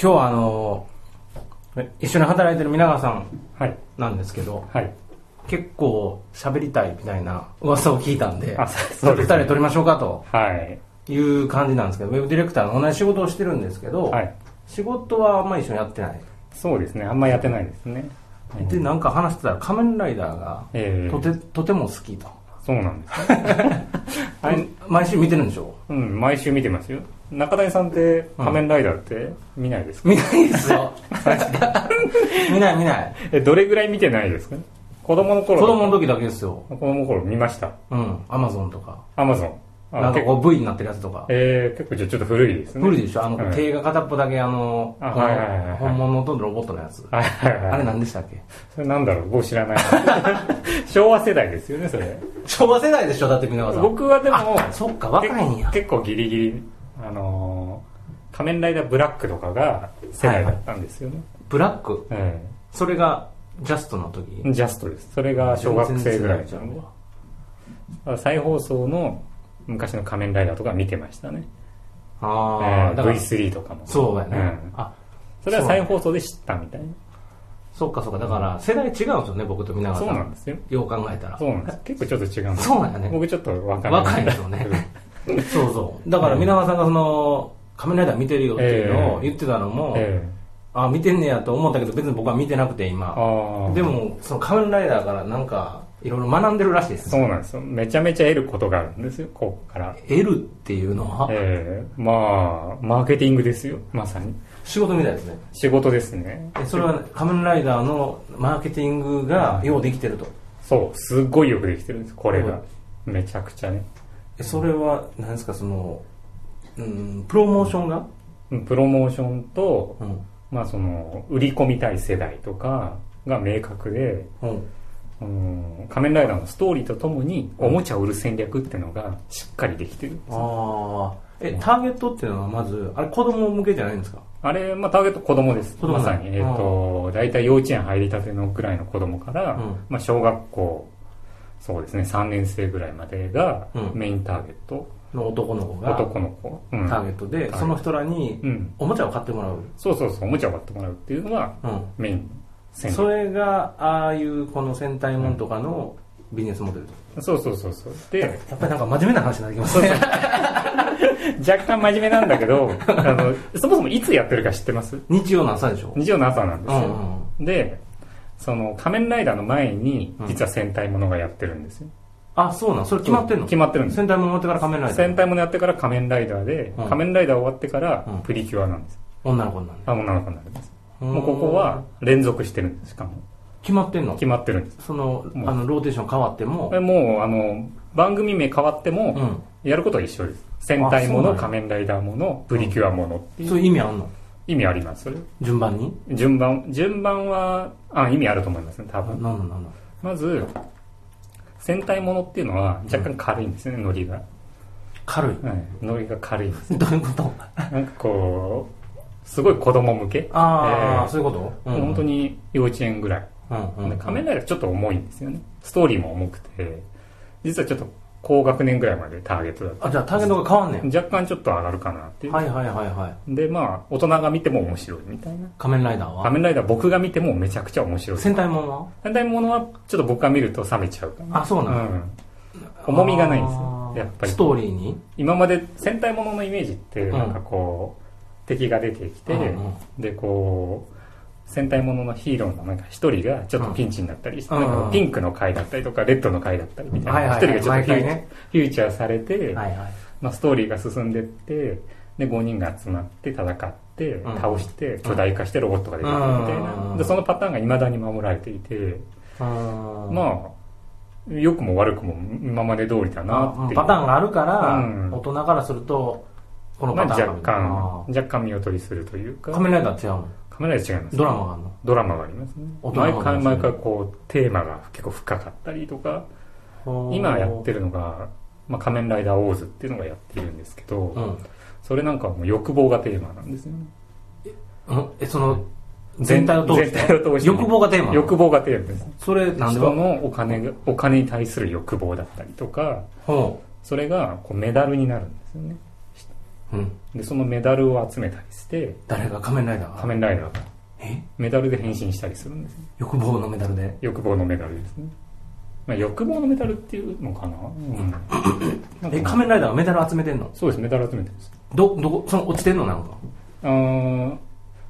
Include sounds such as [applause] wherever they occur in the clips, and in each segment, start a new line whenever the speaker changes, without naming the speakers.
今日はあのー一緒に働いてる皆川さん
はい。
なんですけど、
はい。
結構喋りたいみたいな噂を聞いたんで、
あ
ちょ
そ
っと
う
二
ですね
人で撮りましょうかと
はい。
いう感じなんですけど、ウェブディレクターの同じ仕事をしてるんですけど、
はい。
仕事はあんま一緒にやってない。
そうですね。あんまやってないですね。うん
で、なんか話してたら仮面ライダーが
ええ
とて、とても好きと。
そうなんですね。
[laughs]
はい。
毎週見てるんでしょ
うん、毎週見てますよ。中谷さんって仮面ライダーって見ないですか、
見ないです
[laughs]
よ。 [laughs] 見ない見ない。
え、どれぐらい見てないですか子供の
子
頃。
供の時だけですよ。
子供の頃見ました。
うん、アマゾンとか。
アマゾン。
なんか
結構、
こう V になってるやつとか。
えー、結構じゃあちょっと古いですね。
古いでしょあの、
はい
手が片っぽだけあの、
あ
この
はいはいはいはい
本物とロボットのやつ。
[laughs] はいはいはい。
あれ何でしたっけ
それなんだろう僕知らない。 [laughs] 昭和世代ですよね、それ。
昭和世代でしょだって皆川さん。
僕はでも、
あ、そっか、若いんや。
結構ギリギリ、あのー仮面ライダーブラックとかが世代だったんですよね。
ブラック。
え
それが、ジャストの時。
えジャストです。それが小学生ぐら
全然世
い
代ちゃ
なん
う
で
わ。
再放送の昔の仮面ライダーとか見てましたね。え
あ
え
あ、だから、
V3 とかも。
そうやね。
うん
あ、
それは再放送で知ったみたいな。
そっかそっか。だから、世代違うんですよね、僕と皆川さ
そ
ん。
うなんですよ。
よう考えたら
そ。うなんです。結構ちょっと違うんです。
そうなんやね。
僕ちょっと若い。
若いんですよね。そうそう。だから、皆川さんがその、仮面ライダー見てるよっていうのを言ってたのも、
[laughs] ええ
あ、見てんねやと思ったけど、別に僕は見てなくて、今。
ああ。
でも、その仮面ライダーからなんか、いろいろ学んでるらしいです。
そうなんですよ。めちゃめちゃ得ることがあるんですよ、ここから。
L っていうのは、
ええまあ、マーケティングですよ、まさに。
仕事みたいですね。
仕事ですね。
えそれは仮面ライダーのマーケティングがようできてると。
そう、すっごいよくできてるんです、これが。めちゃくちゃね。
えそれは、なんですか、その、うん、プロモーションが、
プロモーションと、
うん、
まあその、売り込みたい世代とかが明確で、
うん、
うん、仮面ライダーのストーリーとともに、おもちゃを売る戦略っていうのがしっかりできてるんですよ
ああ。え、ターゲットっていうのはまず、あれ子供向けじゃないんですか
あれ、まあターゲット子供です。
子供
まさに。えっ、と、大体幼稚園入りたてのぐらいの子供から、
うん
まあ小学校、そうですね、3年生ぐらいまでが
うん
メインターゲット。
の男の子が
男の子。う
タ
ん。
ーゲットで、その人らに
うん。
おもちゃを買ってもらう。
そうそうそう、おもちゃを買ってもらうっていうのが
うん。
メイン戦
それがああいうこの戦隊もんとかのビジネスモデルと、
そうそうそうそう。
[laughs]
で、
やっぱりなんか真面目な話になってきますね
若干真面目なんだけど、 [laughs] あの、そもそもいつやってるか知ってます
日曜の朝でしょ
日曜の朝なんで
う
す
ん
よ。
うんうん
で、その仮面ライダーの前に
うん、
実は戦隊ものがやってるんですよ。
あそうなんそれ決まってんの
決まってるんです
戦隊もん終わってから仮面ライダー
戦隊ものやってから仮面ライダーで、
うん
仮面ライダー終わってから
うん
プリキュアなんです、
女の子になんで
あ女の子になるんです、もうここは連続してるんですしかも
決まってんの
決まってるんです
その
うん
あのローテーション変わっても
でもうあの番組名変わって
う
も
ん
やることは一緒です戦隊
あそう
も
なん
の
や
仮面ライダーものプリキュアものっていう
そういう意味あんの
意味ありますそれ
順番に
順番順番はあ意味あると思いますね多
あなん
分
なんなんなん
まず戦隊ものっていうのは若干軽いんですよね、ノリが、
軽い
[laughs] はい、ノリが軽いんです
どういうこと
なんかこうすごい子供向け
ああ、
えー
そういうこと、うん、
本当、に幼稚園ぐらい、
うんうん、
で仮面ライダーちょっと重いんですよねストーリーも重くて実はちょっと高学年ぐらいまでターゲットだっ
あじゃあターゲットが変わんね
た若干ちょっと上がるかなってい
ん
う、
はいはいはいはい
でまあ大人が見ても面白いみたいな
仮面ライダーは
仮面ライダー僕が見てもめちゃくちゃ面白い
戦隊もんは
反対ものはちょっと僕が見ると冷めちゃうかな
あそうなん
うん重みがないんです
あ
よ
ー
やっぱり
ストーリーに
今まで戦隊もののイメージってなんかこう、敵が出てきて、
うんうん
でこう戦隊もののヒーローのなんか一人がちょっとピンチになったりして、
うん
なん
うん
かピンクの回だったりとかレッドの回だったりみたい
はい
な
は
一
い
人
はい
がちょっ
毎回
とフューチ
ね
ャーフューチャーされて、
はいはい
まあ、ストーリーが進んでってで5人が集まって戦って
うん
倒して巨大化してロボットが出てくるみたいな、
うん
でそのパターンが未だに守られていて、
ま
まあ良くも悪くも今まで通りだなっていう
パターンがあるから、
うん
大人からするとこの
まあ、
パターン
若干若干見劣りするというか
仮面ライダーは違うの
カメラで違います
ドラマがあるの
ドラマがありますね
大人
毎
の話
回毎回こうテーマが結構深かったりとか
ほー
今やってるのが「まあ、仮面ライダーオーズ」っていうのがやってるんですけど、
うん、
それなんかはもう欲望がテーマなんですよね
うん、えその全体を通して
全体を通して
欲望がテーマ
欲望がテーマです
それなんで
人のお金がお金に対する欲望だったりとか
ほ
それがこうメダルになるんですよね
ううん。
で、そのメダルを集めたりして、
誰が仮面ライダー
仮面ライダーが
え
メダルで変身したりするんですね
欲望のメダルで。
欲望のメダルですね。まあ、欲望のメダルっていうのかなうん。なんか
え、仮面ライダーがメダル集めてんの
そうです、メダル集めてます。
ど、どこ、その落ちてんのなんか。
うーん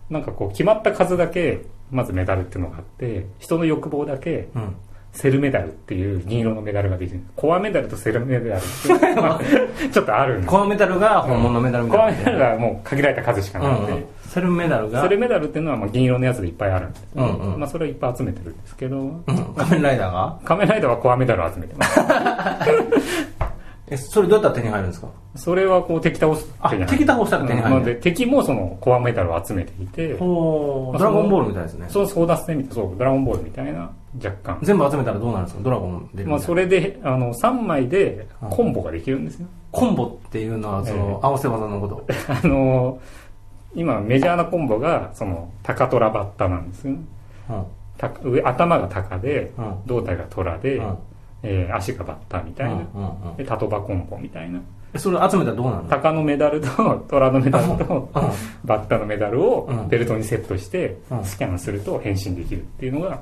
なんかこう決まった数だけまずメダルっていうのがあって人の欲望だけ
うん。
セルメダルっていう銀色のメダルができるコアメダルとセルメダルってい
[laughs]
うのがまあちょっとあるんです
コアメダルが本物のメダルみ
コ
た
ア
い
メ
な。
ダルはもう限られた数しかなく
うんう
て
ん。セルメダルが
セ、ルメダルっていうのはまあ銀色のやつでいっぱいあるんです、
うんうん
まあ、それをいっぱい集めてるんですけど
うん仮面ライダーが
仮面ライダーはコアメダルを集めてます
え、それどうやったら手に入るんですか
それはこう敵倒す
あ、敵倒したら手に入
の
る。
で敵もそのコアメダルを集めていて
ほー、ドラゴンボールみたいですね。
その争奪戦みたいなそうドラゴンボールみたいな若干
全部集めたらどうなるんですかドラゴン出るみたいな
まあ、それであの3枚でコンボができるんですよ、
コンボっていうのは、そ
え
の、合わせ技のこと。
あの今メジャーなコンボがそのタカトラバッタなんです
う
よ
ん。
タカ上頭がタカで
うん。
胴体がトラで、
うん
えー足がバッタみたいな、
うんうんうん
でタトバコンボみたいな
えそれ集めたらどうなるの
タカのメダルとトラのメダルと
うん
バッタのメダルを
うん
ベルトにセットして
うん
スキャンすると変身できるっていうのが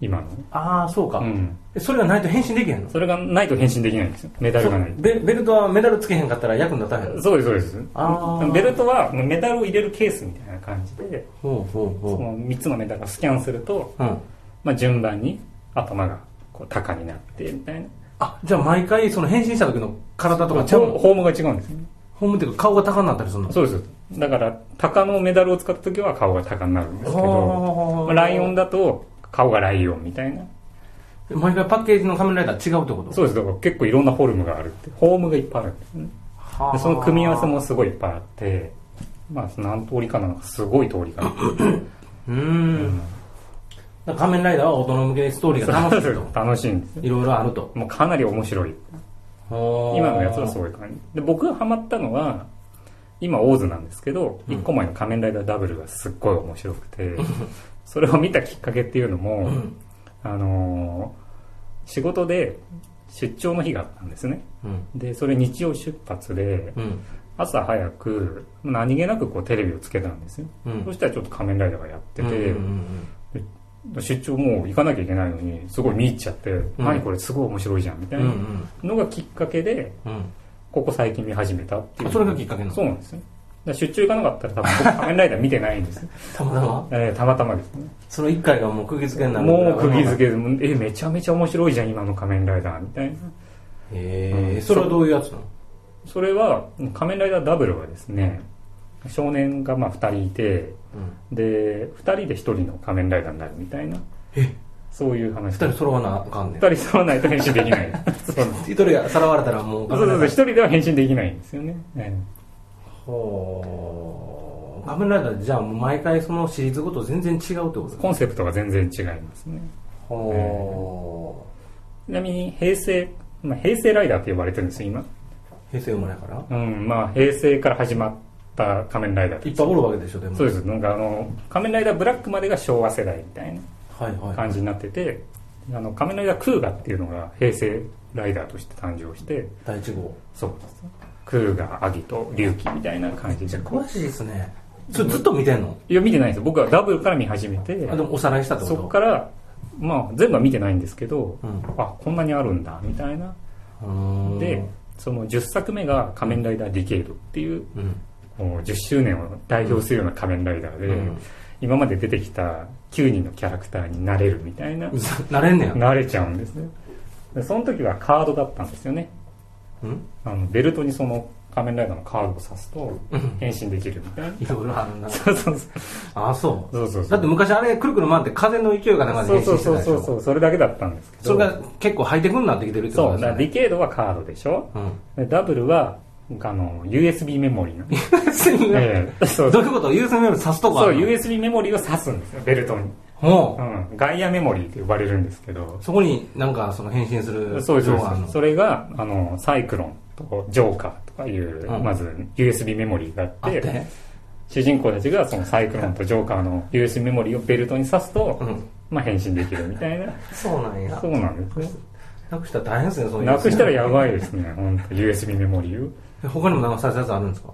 今の、
ああ、そうか、
うん、
えそれがないと変身できへんの
それがないと変身できないんですよメダルがない
ベベルトはメダルつけへんかったら役に立たへんの
そうですそうです
あー
ベルトはメダルを入れるケースみたいな感じで
ほうほう
そ
ほ
の3つのメダルをスキャンすると、
う。うん。
まあ、順番に頭がこう高になってみたいな
あ、じゃあ毎回その変身した時の体とかちゃう
ホ
の
ホームが違うんですよね
ホームっていうか顔が高になったりするの
そうですだから鷹のメダルを使った時は顔が鷹になるんですけど、
ほ
ま
う
あ、ライオンだと顔がライオンみたいな
毎回パッケージの仮面ライダー違うってこと
そうですだから結構いろんなフォルムがあるってホームがいっぱいあるんですね
はー
でその組み合わせもすごいいっぱいあってまあ何通りかなのかすごい通りかな
うーんだから仮面ライダーは大人向けにストーリーが楽しいと
楽しいんですよ
いろいろあると
もうかなり面白い今
今
のやつはそういう感じで僕がハマったのは今オーズなんですけど、
うん
1個前の「仮面ライダーダブル」がすっごい面白く
[laughs]
てそれを見たきっかけっていうのも、あのー仕事で出張の日があったんですね
うん
でそれ日曜出発で
うん
朝早く何気なくこうテレビをつけたんですよ、
うん
そしたらちょっと仮面ライダーがやって
う
て、
んうんうん
出張もう行かなきゃいけないのにすごい見入っちゃって、
ん
何これすごい面白いじゃんみた
う
い
んう
なんのがきっかけで、
うんうん
ここ最近見始めたっていう。
それがきっかけなの
そうなんですね。だから出張行かなかったら多分僕仮面ライダー見てない
[laughs]
んです。
たまたま
えーたまたまですね。
その一回がもう釘付けになる
もう釘付けで、え、めちゃめちゃ面白いじゃん、今の仮面ライダーみたいな。
けへ
う
え
ん
それはどういうやつなの
それは、仮面ライダーダブルはですね、少年がまあ2人いて、で、2人で1人の仮面ライダーになるみたいな、
え
そういう話。
二人揃わなあかんねん
2人揃わないと変身で
[laughs]
きない。そうそう
一人がさらわれたらもう
そうそう、
ライ
1
ダー
人では変身できないんですよね。え
ほう仮面ライダーってじゃあもう毎回そのシリーズごと全然違うってことです
ー
か
コンセプトが全然違いますね。
ほ
ちなみに平成、まあ、平成ライダーって呼ばれてるんですよ、今。
う平成生まれやから
うん、まあ平成から始まった仮面ライダー
いっぱいおるわけでしょでも
そうです。なんかあの、仮面ライダーブラックまでが昭和世代みたい
はいは
ない感じになってて、あの、仮面ライダークーガっていうのが平成ライダーとして誕生して、
第1号
そうです。クーガ、アギト、リュウキみたいな感じでこう
詳しいですねそれずっと見てんの
いや、見てないですよ。僕はダブルから見始めて、
あでもおさらいしたってこと
そこから、まあ全部は見てないんですけど、
うん
あ、こんなにあるんだ、みたいな。
うーん
で、その10作目が仮面ライダーディケードっていう、
うん
もう10周年を代表するような仮面ライダーで、
うん
今まで出てきた9人のキャラクターになれるみたいな、
なれんねや
なれちゃうんですね。でその時はカードだったんですよね。
うん
あのベルトにその仮面ライダーのカードを刺すと変身できるみたいな。
いろいろあるな
[laughs] そうそうそう。
あそ
そうそうそう
うだって昔あれくるくる回って風の勢いが中で
そ
変
う
身
そう
してた
そ
で
う
し
そ
ょ
うそう、それだけだったんですけど。
それが結構ハイテクになってきてるってこ
そう、
と
だ
で
から
す
デ
ね
ィケードはカードでしょ、でダブルは、あの、USB メモリー
[laughs]
の。
うん
ええそ
[laughs]
う
どういうことユースメモリ刺すとか
そう、USB メモリーを刺すんですよ、ベルトに。
も
うん、ガイアメモリーって呼ばれるんですけど
う、そこになんかその変身する
そうですそう
像がある
で
の
す。それが、あの、サイクロンとジョーカーとかいう、
うん
まず USB メモリーがあ
あっ
って、
て
主人公たちがそのサイクロンとジョーカーの USB メモリーをベルトに挿すと、
うん
まあ変身できるみたいな。
そうなんや
そうなんですね。
なくしたら大変ですねその
なくしたらやば
い
いですね、本当 USB メモリーを。
他にもなんか刺すやつあるんですか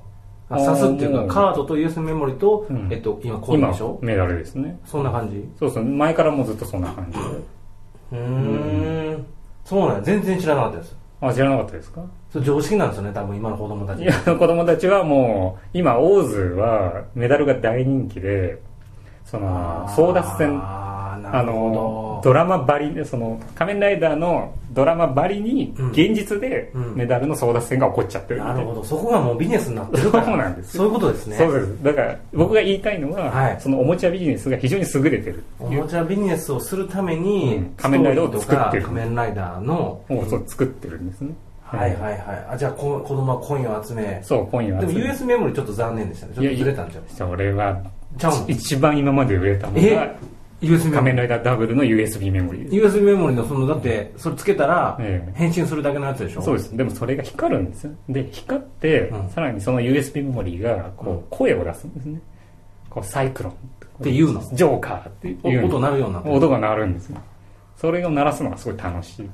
あ刺すっていうのはカードと US メモリと、
うん
えっと、今コード
今
でしょ
メダルですね
そんな感じ
そうそう前からもうずっとそんな感じで
うーんそうなんや全然知らなかったです
あ知らなかったですか
それ常識なんですよね多分今の子供たち
いや [laughs] 子供たちはもう今オーズはメダルが大人気でその争奪戦
あーな
あ
る
の
ほど
ドラマばりその仮面ライダーのドラマばりに
うん
現実で
うん
メダルの争奪戦が起こっちゃってるみた
ないるほどそこがもうビジネスになってるから
そうなんです
そういうことですね
そうですだから僕が言いたいのは、
はい
そのおもちゃビジネスが非常に優れてるって
お
いう
もちゃビジネスをするために、
うん仮面ライダーを作ってる
ストーリーとか仮面ライダーの、
もうそう作ってるんですね、
はいはいはいあじゃあこ子供はコインを集め
そう今夜
でも
集め
US メモリちょっと残念でしたねちょっとずれたんじゃない
それは
ちゃうん
一番今まで売れたのが
え US メ
仮
モ
面
リ
ライダーダブルの USB メモリーです
US メモリのそのだってそれつけたら
ええ
変身するだけのやつでしょ
そうですでもそれが光るんですよで光って、
うん
さらにその USB メモリーがこう声を出すんですねこうサイクロン
っていうの
ジョーカーって
お
いう
音鳴るようになってる
音が鳴るんですよそれを鳴らすのがすごい楽しい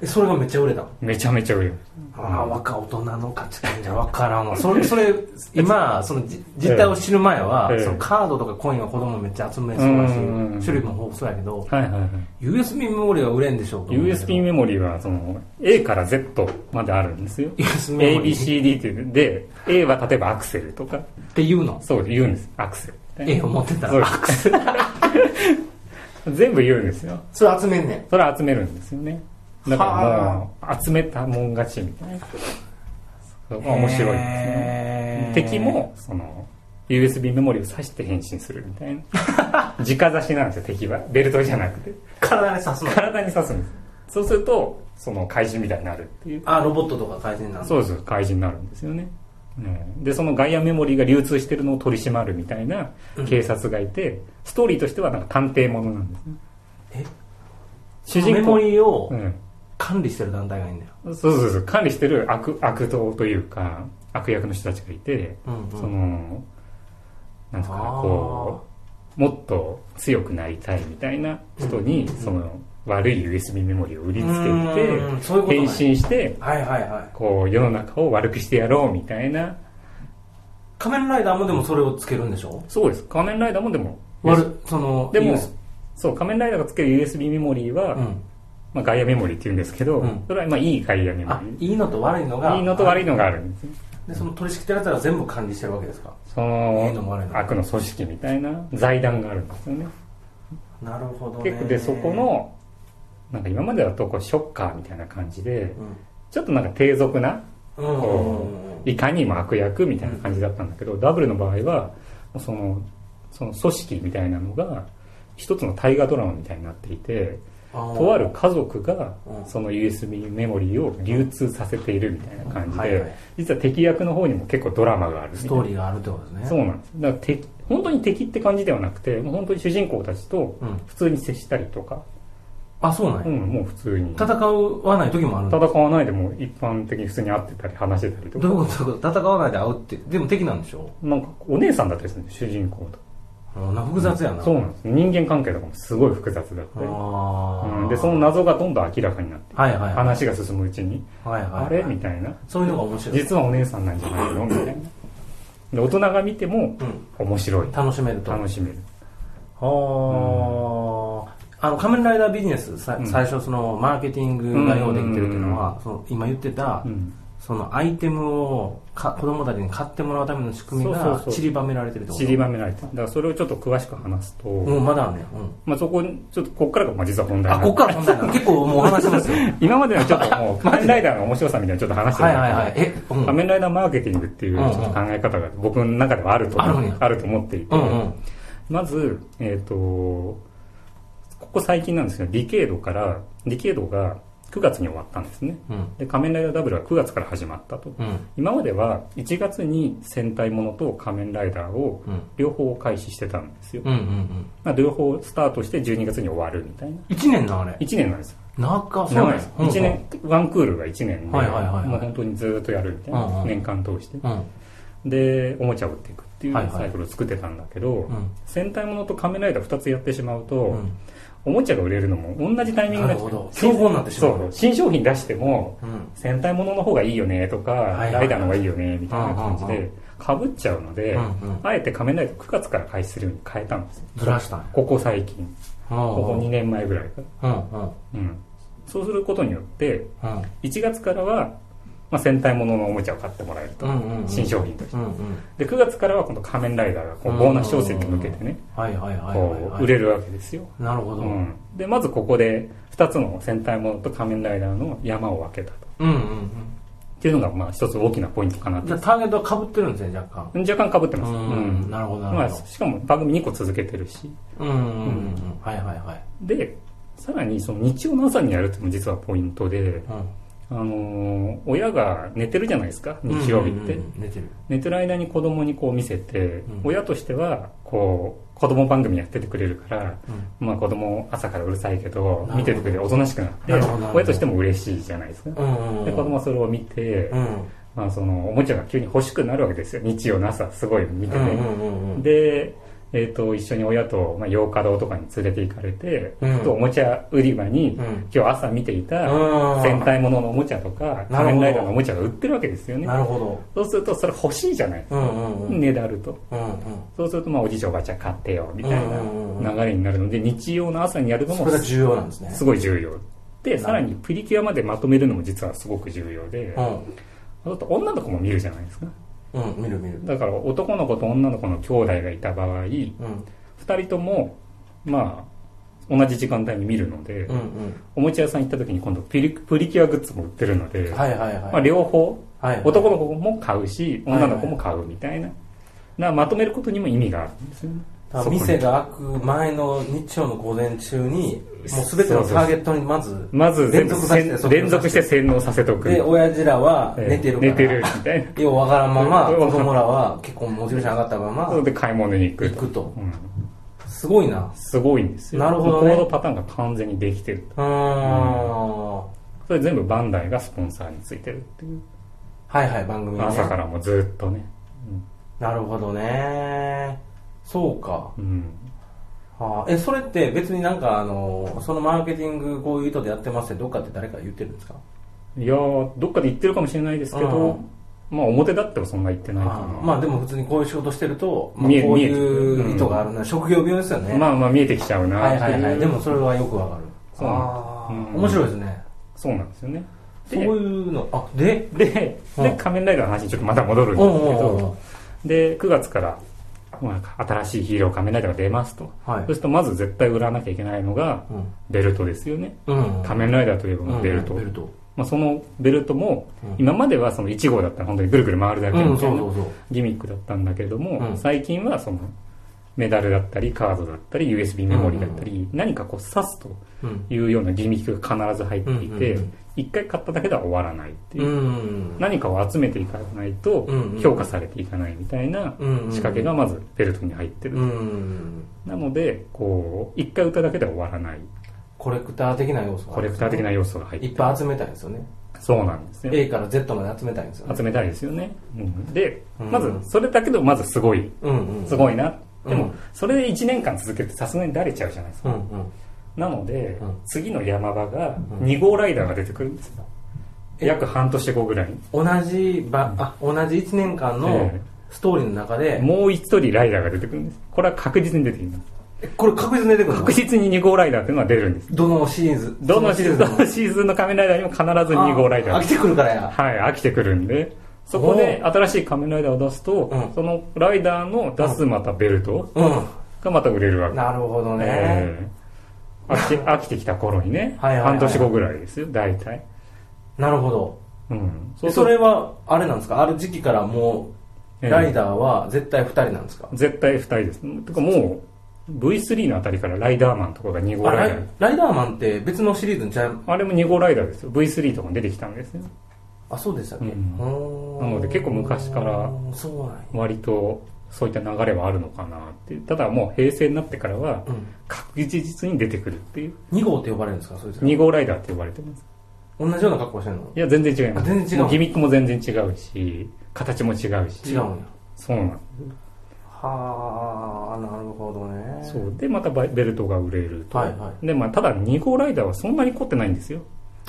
えそれがめっちゃ売れた
めちゃめちゃ売れる
ああ若大人の価値観じゃ分からんわそれそれ今そのじ実態を知る前は、
ええ
そのカードとかコインは子供めっちゃ集めそうだし、
うんうんうん
種類も豊富そうやけど
はいはいはい
USB メモリは売れんでしょうと思うんだけど
USB メモリーはその A から Z まであるんですよ
USB メモリ
ABCD っていうで A は例えばアクセルとか
っていうの
そう言うんですアクセル
ええ思ってた
そう [laughs] アクセル全部言うんですよ
それ集めんねん
それ集めるんですよねだからもう集めたもん勝ちみたいなそこが面白いですね
ね
敵もその USB メモリを挿して変身するみたいな直刺しなんですよ敵はベルトじゃなくて
体に刺すの
体に刺すんですそうするとその怪人みたいになるっていう
あロボットとか改善なんだ
そうです怪人になるんですよね、うん、でそのガイアメモリーが流通してるのを取り締まるみたいな警察がいて、ストーリーとしてはなんか探偵ものなんですね
え
主
メ
人
モ
公
リーを
うん
管理してる団体がいいんだよ、
そうそうそう管理してる悪悪党というか悪役の人たちがいて、
うんうん
そのなんですかね
あー
こうもっと強くなりたいみたいな人に、その悪い USB メモリを売りつけ
うんうんそういうこと
て
ね
変身して
はいはいはい
こう世の中を悪くしてやろうみたいな
仮面ライダーもでもそれをつけるんでしょ
そうです仮面ライダーもでも
悪その
でも
US
そう仮面ライダーがつける USB メモリは、
うん
まあ、ガイアメモリって言うんですけど、
うん
それはまあいいガイアメモ
あいいのと悪いのが
リいいのと悪いのがあるんですね
でその取り仕切ってるやつら全部管理してるわけですか
そ
いいのも悪いの
の
も
悪の組織みたいな財団があるんですよね
なるほどね
結構でそこ、のなんか今までだとこうショッカーみたいな感じでちょっとなんか低俗な
うん、うんうんうん
いかにも悪役みたいな感じだったんだけど、ダブルの場合はもうそのその組織みたいなのが一つの大河ドラマみたいになっていてとある家族が
うん
その USB メモリーを流通させているみたいな感じで、
はいはい
実は敵役の方にも結構ドラマがあるみた
ス
いな
トーリーがあるってことですね
そうなんです。だから敵、本当に敵って感じではなくて、もう本当に主人公たちと
うん
普通に接したりとか、
あそうなんや、
うん、もう普通に。
戦わない時もあるんだ
戦わないでも一般的に普通に会ってたり話してたりと
ど
か、
ういうことどういうこと戦わないで会うってでも敵なんでしょ
なんかお姉さんだったりするんですよ主人公と。
うんな複雑やな、
そうなんです。人間関係とかもすごい複雑だったり。
ああ、
うんで、その謎がどんどん明らかになって、
はいはいはい
話が進むうちに、
はいはいはい
あれみたいな。
そういうのが面白い
実はお姉さんなんじゃないのみたいな。で、大人が見ても
うん
面白い。
楽しめるとあ
楽しめる。
あー、あの仮面ライダービジネスさ、
うん
最初そのマーケティングがようできてるっていうの
うんうん
はその今言ってた、
うん。
そのアイテムをか子供たちに買ってもらうための仕組み
そう
が
そうそう
散りばめられてるってこと
散りばめられてるだからそれをちょっと詳しく話すと、
うんまだあるね、うん
まあ、そこにちょっとここからがまあ実は本題
あ
なん
こ
で
っから本題なの結構もうお話しますよ
今までのちょっ
[laughs]
ともう仮面ライダーの面白さみたいなのちょっと話して
は
る
い
んだ
は
け
い
ど
はいえ、うん、
仮面ライダーマーケティングっていうちょっと考え方が僕の中ではあると思う
あるんや
あると思っていて、
うんうん
まず、えっとここ最近なんですけどディケードからディケードが9月に終わったんですね
うん
で仮面ライダーダブルは9月から始まったと
うん
今までは1月に戦隊ものと仮面ライダーを
うん
両方開始してたんですよ
うんうんうん
まあ、両方スタートして12月に終わるみたいな
1年なあれ
1年なんですよ
長そうなんです
1年ワンクールが1年で、
はいはいはいはい
もう本当にずっとやるみたいな、
うんうん
年間通して
うん
でおもちゃを売っていくっていう
はいはい
サイクルを作ってたんだけど、
うん
戦隊ものと仮面ライダー2つやってしまうと、
うん
おもちゃが売れるのも同じタイミング
な
で
るほど競合になってしまう
そう新商品出しても
うん
戦隊ものの方がいいよねとか、
いはい
ライダーの方がいいよねみたいな感じ
うんうん
でかぶっちゃうので、
うんうん
あえて仮面ライダー9月から開始するように変えたんですよ
ずらしたんや
ここ最近
うん
ここ2年前ぐらいから、
うんうん
うん、そうすることによって
うん
1月からは、まあ、戦隊もののおもちゃを買ってもらえると、
うんうんうん
新商品として
うんうん
で9月からはこの仮面ライダーがこうボーナス商戦に向けてね
はいはいはいはい
こ
は
う
い
売れるわけですよ、
なるほど
う
うん
ん、でまずここで2つの戦隊ものと仮面ライダーの山を分けたと
うんうん
っていうのがまあ一つ大きなポイントかな
じゃ
と
あターゲットは被ってるんですね若
若干かぶって
干
ます、
うんなるほど
ま
な
あ、
るほ
しかも番組2個続けてるし
どうんうんうんうんはいはいはい
でさらにその日曜の朝にやるっていうのも実はポイントで、
う
あのー親が寝てるじゃないですか
ん
日曜日って、
うんうんうん寝てる
寝てる間に子供にこう見せて、
ん
親としてはこう子供番組やっててくれるから、
うん
まあ、子供朝からうるさいけ
なる
ど
ほど
見ててくれておとなしくなって
なるほどなるほど
親としても嬉しいじゃないですか、
うんうん
で子供はそれを見て、
うん
まあ、そのおもちゃが急に欲しくなるわけですよ日曜の朝すごい見てて、
うんうんうんうん
で、えー、と一緒に親と、まあ、洋華堂とかに連れて行かれて、
うん
とおもちゃ売り場に、
うん
今日朝見ていた
うん
戦隊もののおもちゃとか
なるほど
仮面ライダーのおもちゃが売ってるわけですよね
なるほど
そうするとそれ欲しいじゃないですか、
うんうんうん
ねだると
うんうん
そうするとまあおじいちゃんおばあちゃん買ってよみたい
うんうんうんう
な流れになるので日曜の朝にやるの
そ
も
れが重要なんですね
すごい重要でさらにプリキュアまでまとめるのも実はすごく重要であと女の子も見るじゃないですか
うんうん見る見る
だから男の子と女の子の兄弟がいた場合2
うん
人ともまあ同じ時間帯に見るので、
うんうん
おもちゃ屋さん行った時に今度プリプリキュアグッズも売ってるので、
はいはい
まあ、
はい。
両方
はい、
男の子も買うし
はいはい
女の子も買うみたいな、なまとめることにも意味があるんですよね
だから
そこに
店が開く前の日曜の午前中に、もうすべてのターゲットにまず、
まず
連
全部
続させて
せん連続して洗脳させておく
で、親父らは
えー
寝てるから、
寝てるみたいな
ようわからんまま、
うん
子供らは結構モチベーション上がったま
それ
ま、
で買い物に行く
行くと。
うん、
すごいな。
すごいんですよ
なるほどね
行動パターンが完全にできてる
うーん。
それ全部バンダイがスポンサーについてるっていう
はいはい、番組ね。
朝からもうずっとね
なるほどね。そうか。
うん、うん
あーえ、それって別になんかあの、そのマーケティングこういう意図でやってますってどっかって誰か言ってるんですか
いやーどっかで言ってるかもしれないですけど、まあ表だってはそんな言ってないかな
あーまあでも普通にこういう仕事してると、まあ、
見え
こう
見えてく
い
る
う意図があるな、職業病ですよね、
まあまあ見えてきちゃうな
はい
って
は
いう、
いはいでもそれはよくわかる
そう
ああ、
うん
面白いですね
そうなんですよね
そう
で
いうのあで
で
うん
で仮面ライダーの話にちょっとまた戻るんですけ
おうおうおうお
どで9月から、まあ、新しいヒーロー仮面ライダーが出ますと
はい
そうするとまず絶対売らなきゃいけないのが
うん
ベルトですよね
うん
仮面ライダーといえばもうベルト、
うんベルト
まあ、そのベルトも
うん
今まではその1号だったら本当にぐるぐる回るだけ
うん
みた
そ
いうな
そうそう
ギミックだったんだけれども、
うん
最近はそのメダルだったりカードだったり USB メモリだったり、何かこう刺すと
うん
いうようなギミックが必ず入っていて、
うんうんうん
一回買っただけでは終わらないっていうう、
ん
何かを集めていかないと
うんうん
評価されていかないみたいな
うん
仕掛けがまずベルトに入ってる、
うん
なのでこう一回売っただけでは終わらない
コレクター的な要素が
コレクター的な要素が入って
いっ
る
ぱい集めたいんですよね
そうなんですよ
A から Z まで集めたいんですよね
集めたいですよね、うんで
うん
まずそれだけでもまずすごい
うんうん
すごいな、
うん
でもそれで1年間続けてさすがにだれちゃうじゃないですか
うんうん
なので、
うん
次の山場が
うん
2号ライダーが出てくるんですよ、
え
約半年後ぐらいに
同じばあ同じ1年間の
え
ストーリーの中で、
もう一人ライダーが出てくるんですこれは確実に出てきます
えこれ確実に出てくるの
確実に2号ライダーっていうのは出るんです
どのシリーズ
どのシーズンどのシーズンの仮面ライダーにも必ず2号ライダ
あ飽
ー
きてくるからや
はい飽きてくるんでそこで新しい仮面ライダーを出すと、
うん
そのライダーの出すまたベルト
う
がまた売れるわけ
んなるほどね、
ええ飽きて飽きてきた頃にね
はいはいはい
半年後ぐらいですよ大体、
なるほど
うん、
そう
す
そ
る
れはあれなんですかある時期からもう
ええ
ライダーは絶対2人なんですか、
と絶対2人ですてかもう V3 のあたりからライダーマンとかが2号
あ
ラ
ラ
イ
イ
ダー
ライダーマンって別のシリーズにちゃう
あれも2号ライダーですよ V3 とかも出てきたんですよ
あそうでしたっけ、
うん
ほー
なので結構昔から
そうなんや
割とそういった流れはあるのかなっていうただもう平成になってからは
うん
確実に出てくるっていう
2号って呼ばれるんですかそいつら
2号ライダーって呼ばれてます
同じような格好してんの
いや全然違います
あ全然違う
もギミックも全然違うし形も違うし
違うんや
そうなん
はあなるほどね
そうでまたバベルトが売れると、
はいはい
でまあ、ただ2号ライダーはそんなに凝ってないんですよ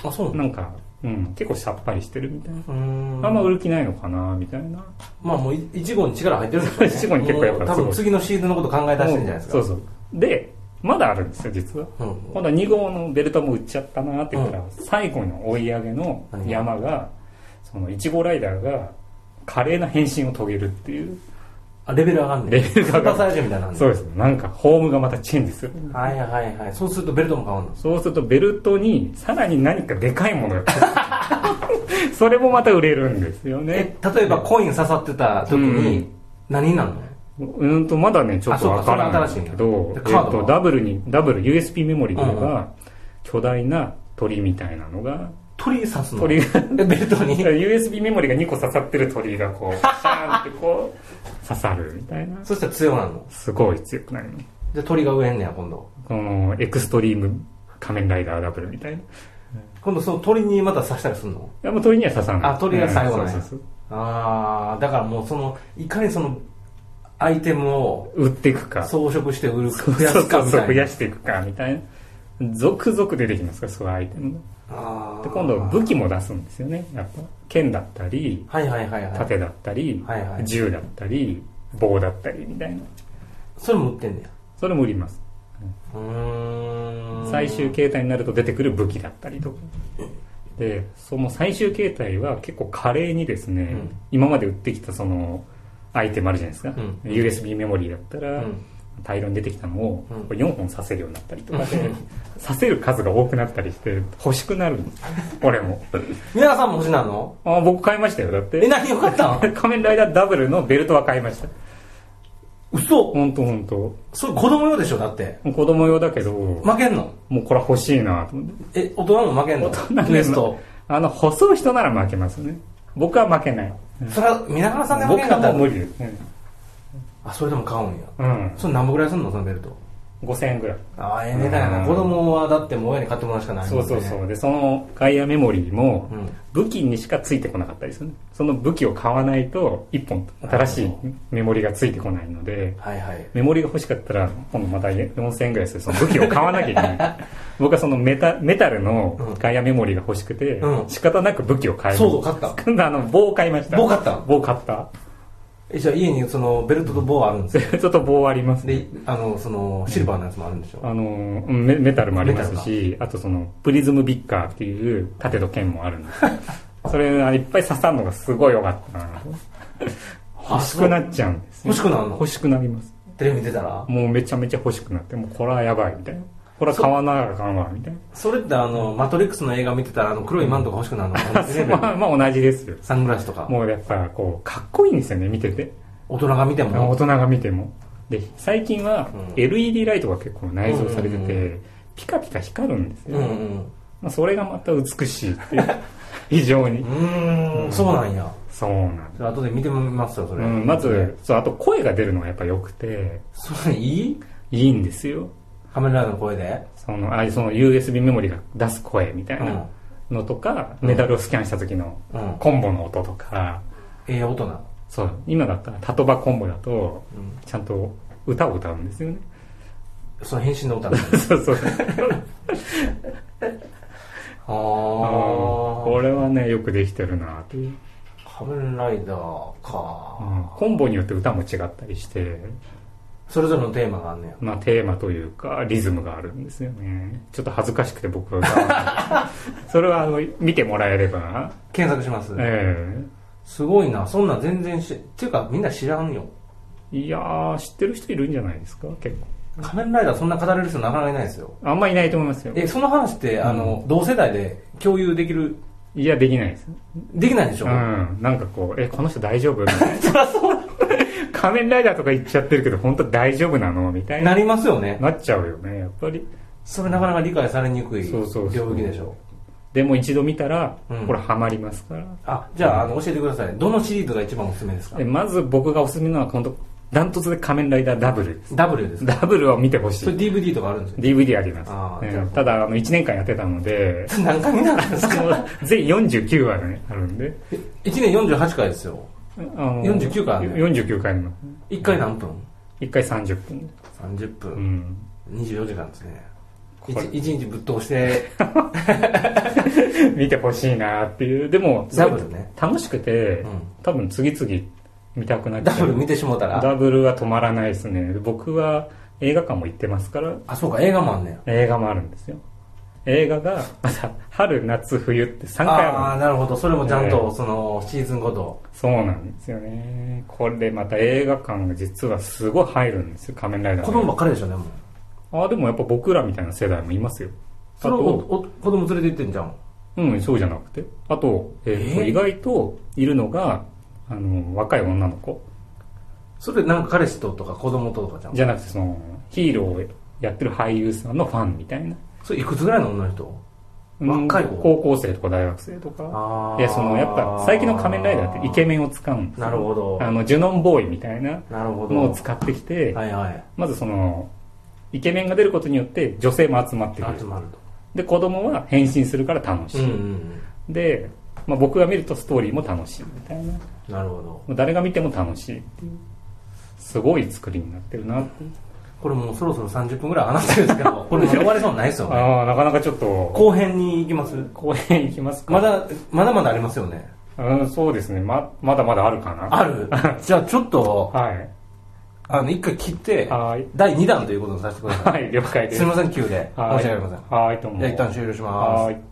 あそうな
なんか、うん、結構さっぱりしてるみたいな、
のうーん
あんま売る気ないのかなみたいな
まあもうい一号に力入ってるんですよね
一号に結構やっ
もう多
ぱすご
分
い
次のシーズンのこと考え出してるんじゃないですか
そうそうでまだあるんですよ実は
うん
今度は2号のベルトも売っちゃったなって言ったら、最後の追い上げの山がその1号ライダーが華麗な変身を遂げるっていう
あレベル上がんね
レベルが上がる
スーパーサイヤ人みたいなのあんね
そうですなんかホームがまたチェンジする
はいはいはいそうするとベルトも変わるんです
そうするとベルトにさらに何かでかいものが
[laughs]
それもまた売れるんですよね
え例えばコイン刺さってた時
う
に
ん
何になるの
うーんとまだねちょっとわからないんだけど
あそ
えっ
うかそれ新しいんだでカードは
とダブルにダブル USB メモリーで
うんう
は巨大な鳥みたいなのが
鳥刺すの
鳥が [laughs]
えベルトに
USB メモリが2個刺さってる鳥が [laughs] こう、シャーンってこう、刺さるみたいな。
そしたら強なの
すごい強くなるの。
じゃあ鳥が植えんねや今度
このエクストリーム仮面ライダーダブルみたいな。い
今度その鳥にまた刺したりするの
やもう鳥には刺さない。
あ鳥が最後なんや
うんそうそう
ああだからもうそのいかにそのアイテムを
そう。売っていくか。
装飾して売る
そう
増や
そう
す
そ
か
う
みた
増
いな
やしていくか、みたいな。続々出てきますから、そういうアイテムが。
あ
で
ー
今度武器も出すんですよね。やっぱ。剣だったり、
はいはいはいはい
盾だったり、
はいはい
銃だったり、棒だったりみたいな。
それも売ってんねや
それも売ります。
うーん
最終形態になると出てくる武器だったりとかでその最終形態は結構華麗にですね、
うん
今まで売ってきたそのアイテムあるじゃないですか、
うん
USB メモリーだった
う
ら、
ん
大量に出てきたのを
うん
これ4本刺せるようになったりとか
[laughs]
で、刺せる数が多くなったりして欲しくなるんです俺
[laughs]
も
皆さんも欲しいなの
あ僕買いましたよだっ
え
て
何よかった
[laughs]
ん
仮面ライダーダブルのベルトは買いました
嘘
本当本当
それ子供用でしょだって
子供用だけど、
負けんの
もうこれ欲しいなと思って
え大人も負けんの
なんで
ウエスト
あの、細い人なら負けますね。僕は負けない。
それは皆川さんで負
僕
けんかった
はもう
ら
無理ですね。
あそれでも買うんや
うん。
それ何本ぐらいすんのそのベルト
5000円ぐらい。
ああええ値段や
う
なん子供はだってもう親に買ってもらうしかない
そ
もん
う
ね
そうそう。で、そのガイアメモリーも
うん、
武器にしかついてこなかったりするね。その武器を買わないと、1本、新しいメモリーがついてこないので、
はいはい
メモリーが欲しかったら、今度また4000円ぐらいする、その武器を買わなきゃい
[laughs]
けない。僕はそのメタメタルのガイアメモリーが欲しくて、
うん
仕方なく武器を買いました。
そうそう買った
今度あの、棒を買いました。
棒買ったの
棒買った。
えじゃあ家にそのベルトと棒あるんですよ
ちょっと棒ありますね。
であのそのシルバーのやつもあるんでしょ
あのうんメメタルもありますしあとそのプリズムビッカーっていう盾と剣もあるん
[laughs]
ですよそれあれいっぱい刺さるのがすごい良かったな欲しくなっちゃうんですよ
欲しくなるの
欲しくなります
テレビ出たら
もうめちゃめちゃ欲しくなってもうこれはやばいみたいなこれは買わなあかんわみたい
それってあのマトリックスの映画見てたらあの黒いマントが欲しくなるの同じレベ
な
ル
まあまあ同じですよ
サングラスとか
もうやっぱこうかっこいいんですよね見てて
大人が見て
大
も
人が見てもで最近は
うん
LED ライトが結構内蔵されて
うんうんう
てピカピカ光るんです
うん
よ、
うん
まあ、それがまた美しいっていう
[laughs]
非常に
うーんそうなんや
そうなん
それ後で見てみますよそれ、
うん、まず、そう、あと声が出るのがやっぱ良くて、
それいい
いいんですよ。
カメラの声で
その、ああいうその USB メモリが出す声みたいうなんのとか、
うん
メダルをスキャンした時の
うん
コンボの音とか、
ええ音な
そう、今だったらタトバコンボだと、
うん
ちゃんと歌を歌うんですよね。 [laughs]
その変身の歌な
そうそう。
あ
あーこ
ー
れはね、よくできてるなという、
仮面ライダー
う
か
んコンボによって歌も違ったりして、
それぞれのテーマがあんねや
まあテーマというかリズムがあるんですよね。ちょっと恥ずかしくて僕は歌わな
[laughs]
い。それはあの見てもらえれば、
検索します、
え
すごいなそんなん全然しっていうかみんな知らんよ
えいやー、知ってる人いるんじゃないですか結構。
仮面ライダーそんな語れる人なかなかいないですよ
あんまいないと思いますよ。
えその話ってあの、同世代で共有できる
いや、できないです。
できないでし
う
ょ、[laughs]
ん。なんかこう、え、この人大丈夫 [laughs] 仮面ライダーとか言っちゃってるけど、本当大丈夫なのみたいな。
なりますよね
なっちゃうよね、やっぱり。
それなかなか理解されにくい
そうそうそう
領域でしょ
でも一度見たら、
うん
これハマりますから。
あじゃああの教えてくださいどのシリーズが一番おすすめですか
でまず僕がおすすめなのは、本当ダントツで仮面ライダーダブルです。
ダブルですか
ダブルを見てほしい
それ。DVD とかあるんですよ
DVD あります
あ。ー
ええ
じゃあ
ただ、あの、1年間やってたので、
何回見なかったんですか
全49話がね、あるんで。
1年48回ですよ
の
49回あるね
49回あります
1回何分
1回30分
?30
う
分、
ん
24時間ですね
これ
1日ぶっ通して
見てほしいなっていうでも
ダブルね、
楽しくて
うん、
多分次々見たくなっち
ダ
ゃ
ブル
う
見てしもうたら
ダブルは止まらないですね僕は映画館も行ってますから
あそうか映画もあんねん
映画もあるんですよ映画がまた春夏冬って3回
あ
あ
あ
る
ーなるほどそれもちゃん
え
とそのシーズンごと
そうなんですよねこれまた映画館が実はすごい入るんですよ仮面ライダー
子
の
供ばっかりでしょでも
あでもやっぱ僕らみたいな世代もいますよあ
それをお
と
お子供連れて行ってんじゃん
うんそうじゃなくてあと、えーと
えー
意外といるのがあの若い女の子
それなんか彼氏ととか子供ととかじゃん
じゃなくてそのヒーローをやってる俳優さんのファンみたいな、
それいくつぐらいの女の人
うん
若い子
高校生とか大学生とか
あ
でそのやっぱ最近の仮面ライダーってイケ
ン
メンを使うんですよ
なるほど
あのジュノンボーイみたいな
なるほど
のを使ってきて、
はいはい
まずそのイケメンが出ることによって女性も集まってく
集
る
まると
で子供は変身するから楽し
うんう
い、
ん
で、まあ、僕が見るとストーリーも楽しいみたいなも
うんなるほど
う誰が見ても楽しいっていうすごい作りになってるなっていう
これもうそろそろ30分ぐらい話してるんですけ
[laughs]
どこれもう終わりそうにないですよね
ああなかなかちょっと
後編に行きます
公園行きますか
まだまだまだありますよね
うん、そうですね。ま、まだまだあるかな。
あるじゃあちょっと
はい。
あの一回切って
はい。
第2弾ということにさせてくださ
はい、了解
い
ですす。
みません急で申し
はい
訳ありません
はい、どうも。
じゃあ一旦終了します
はい。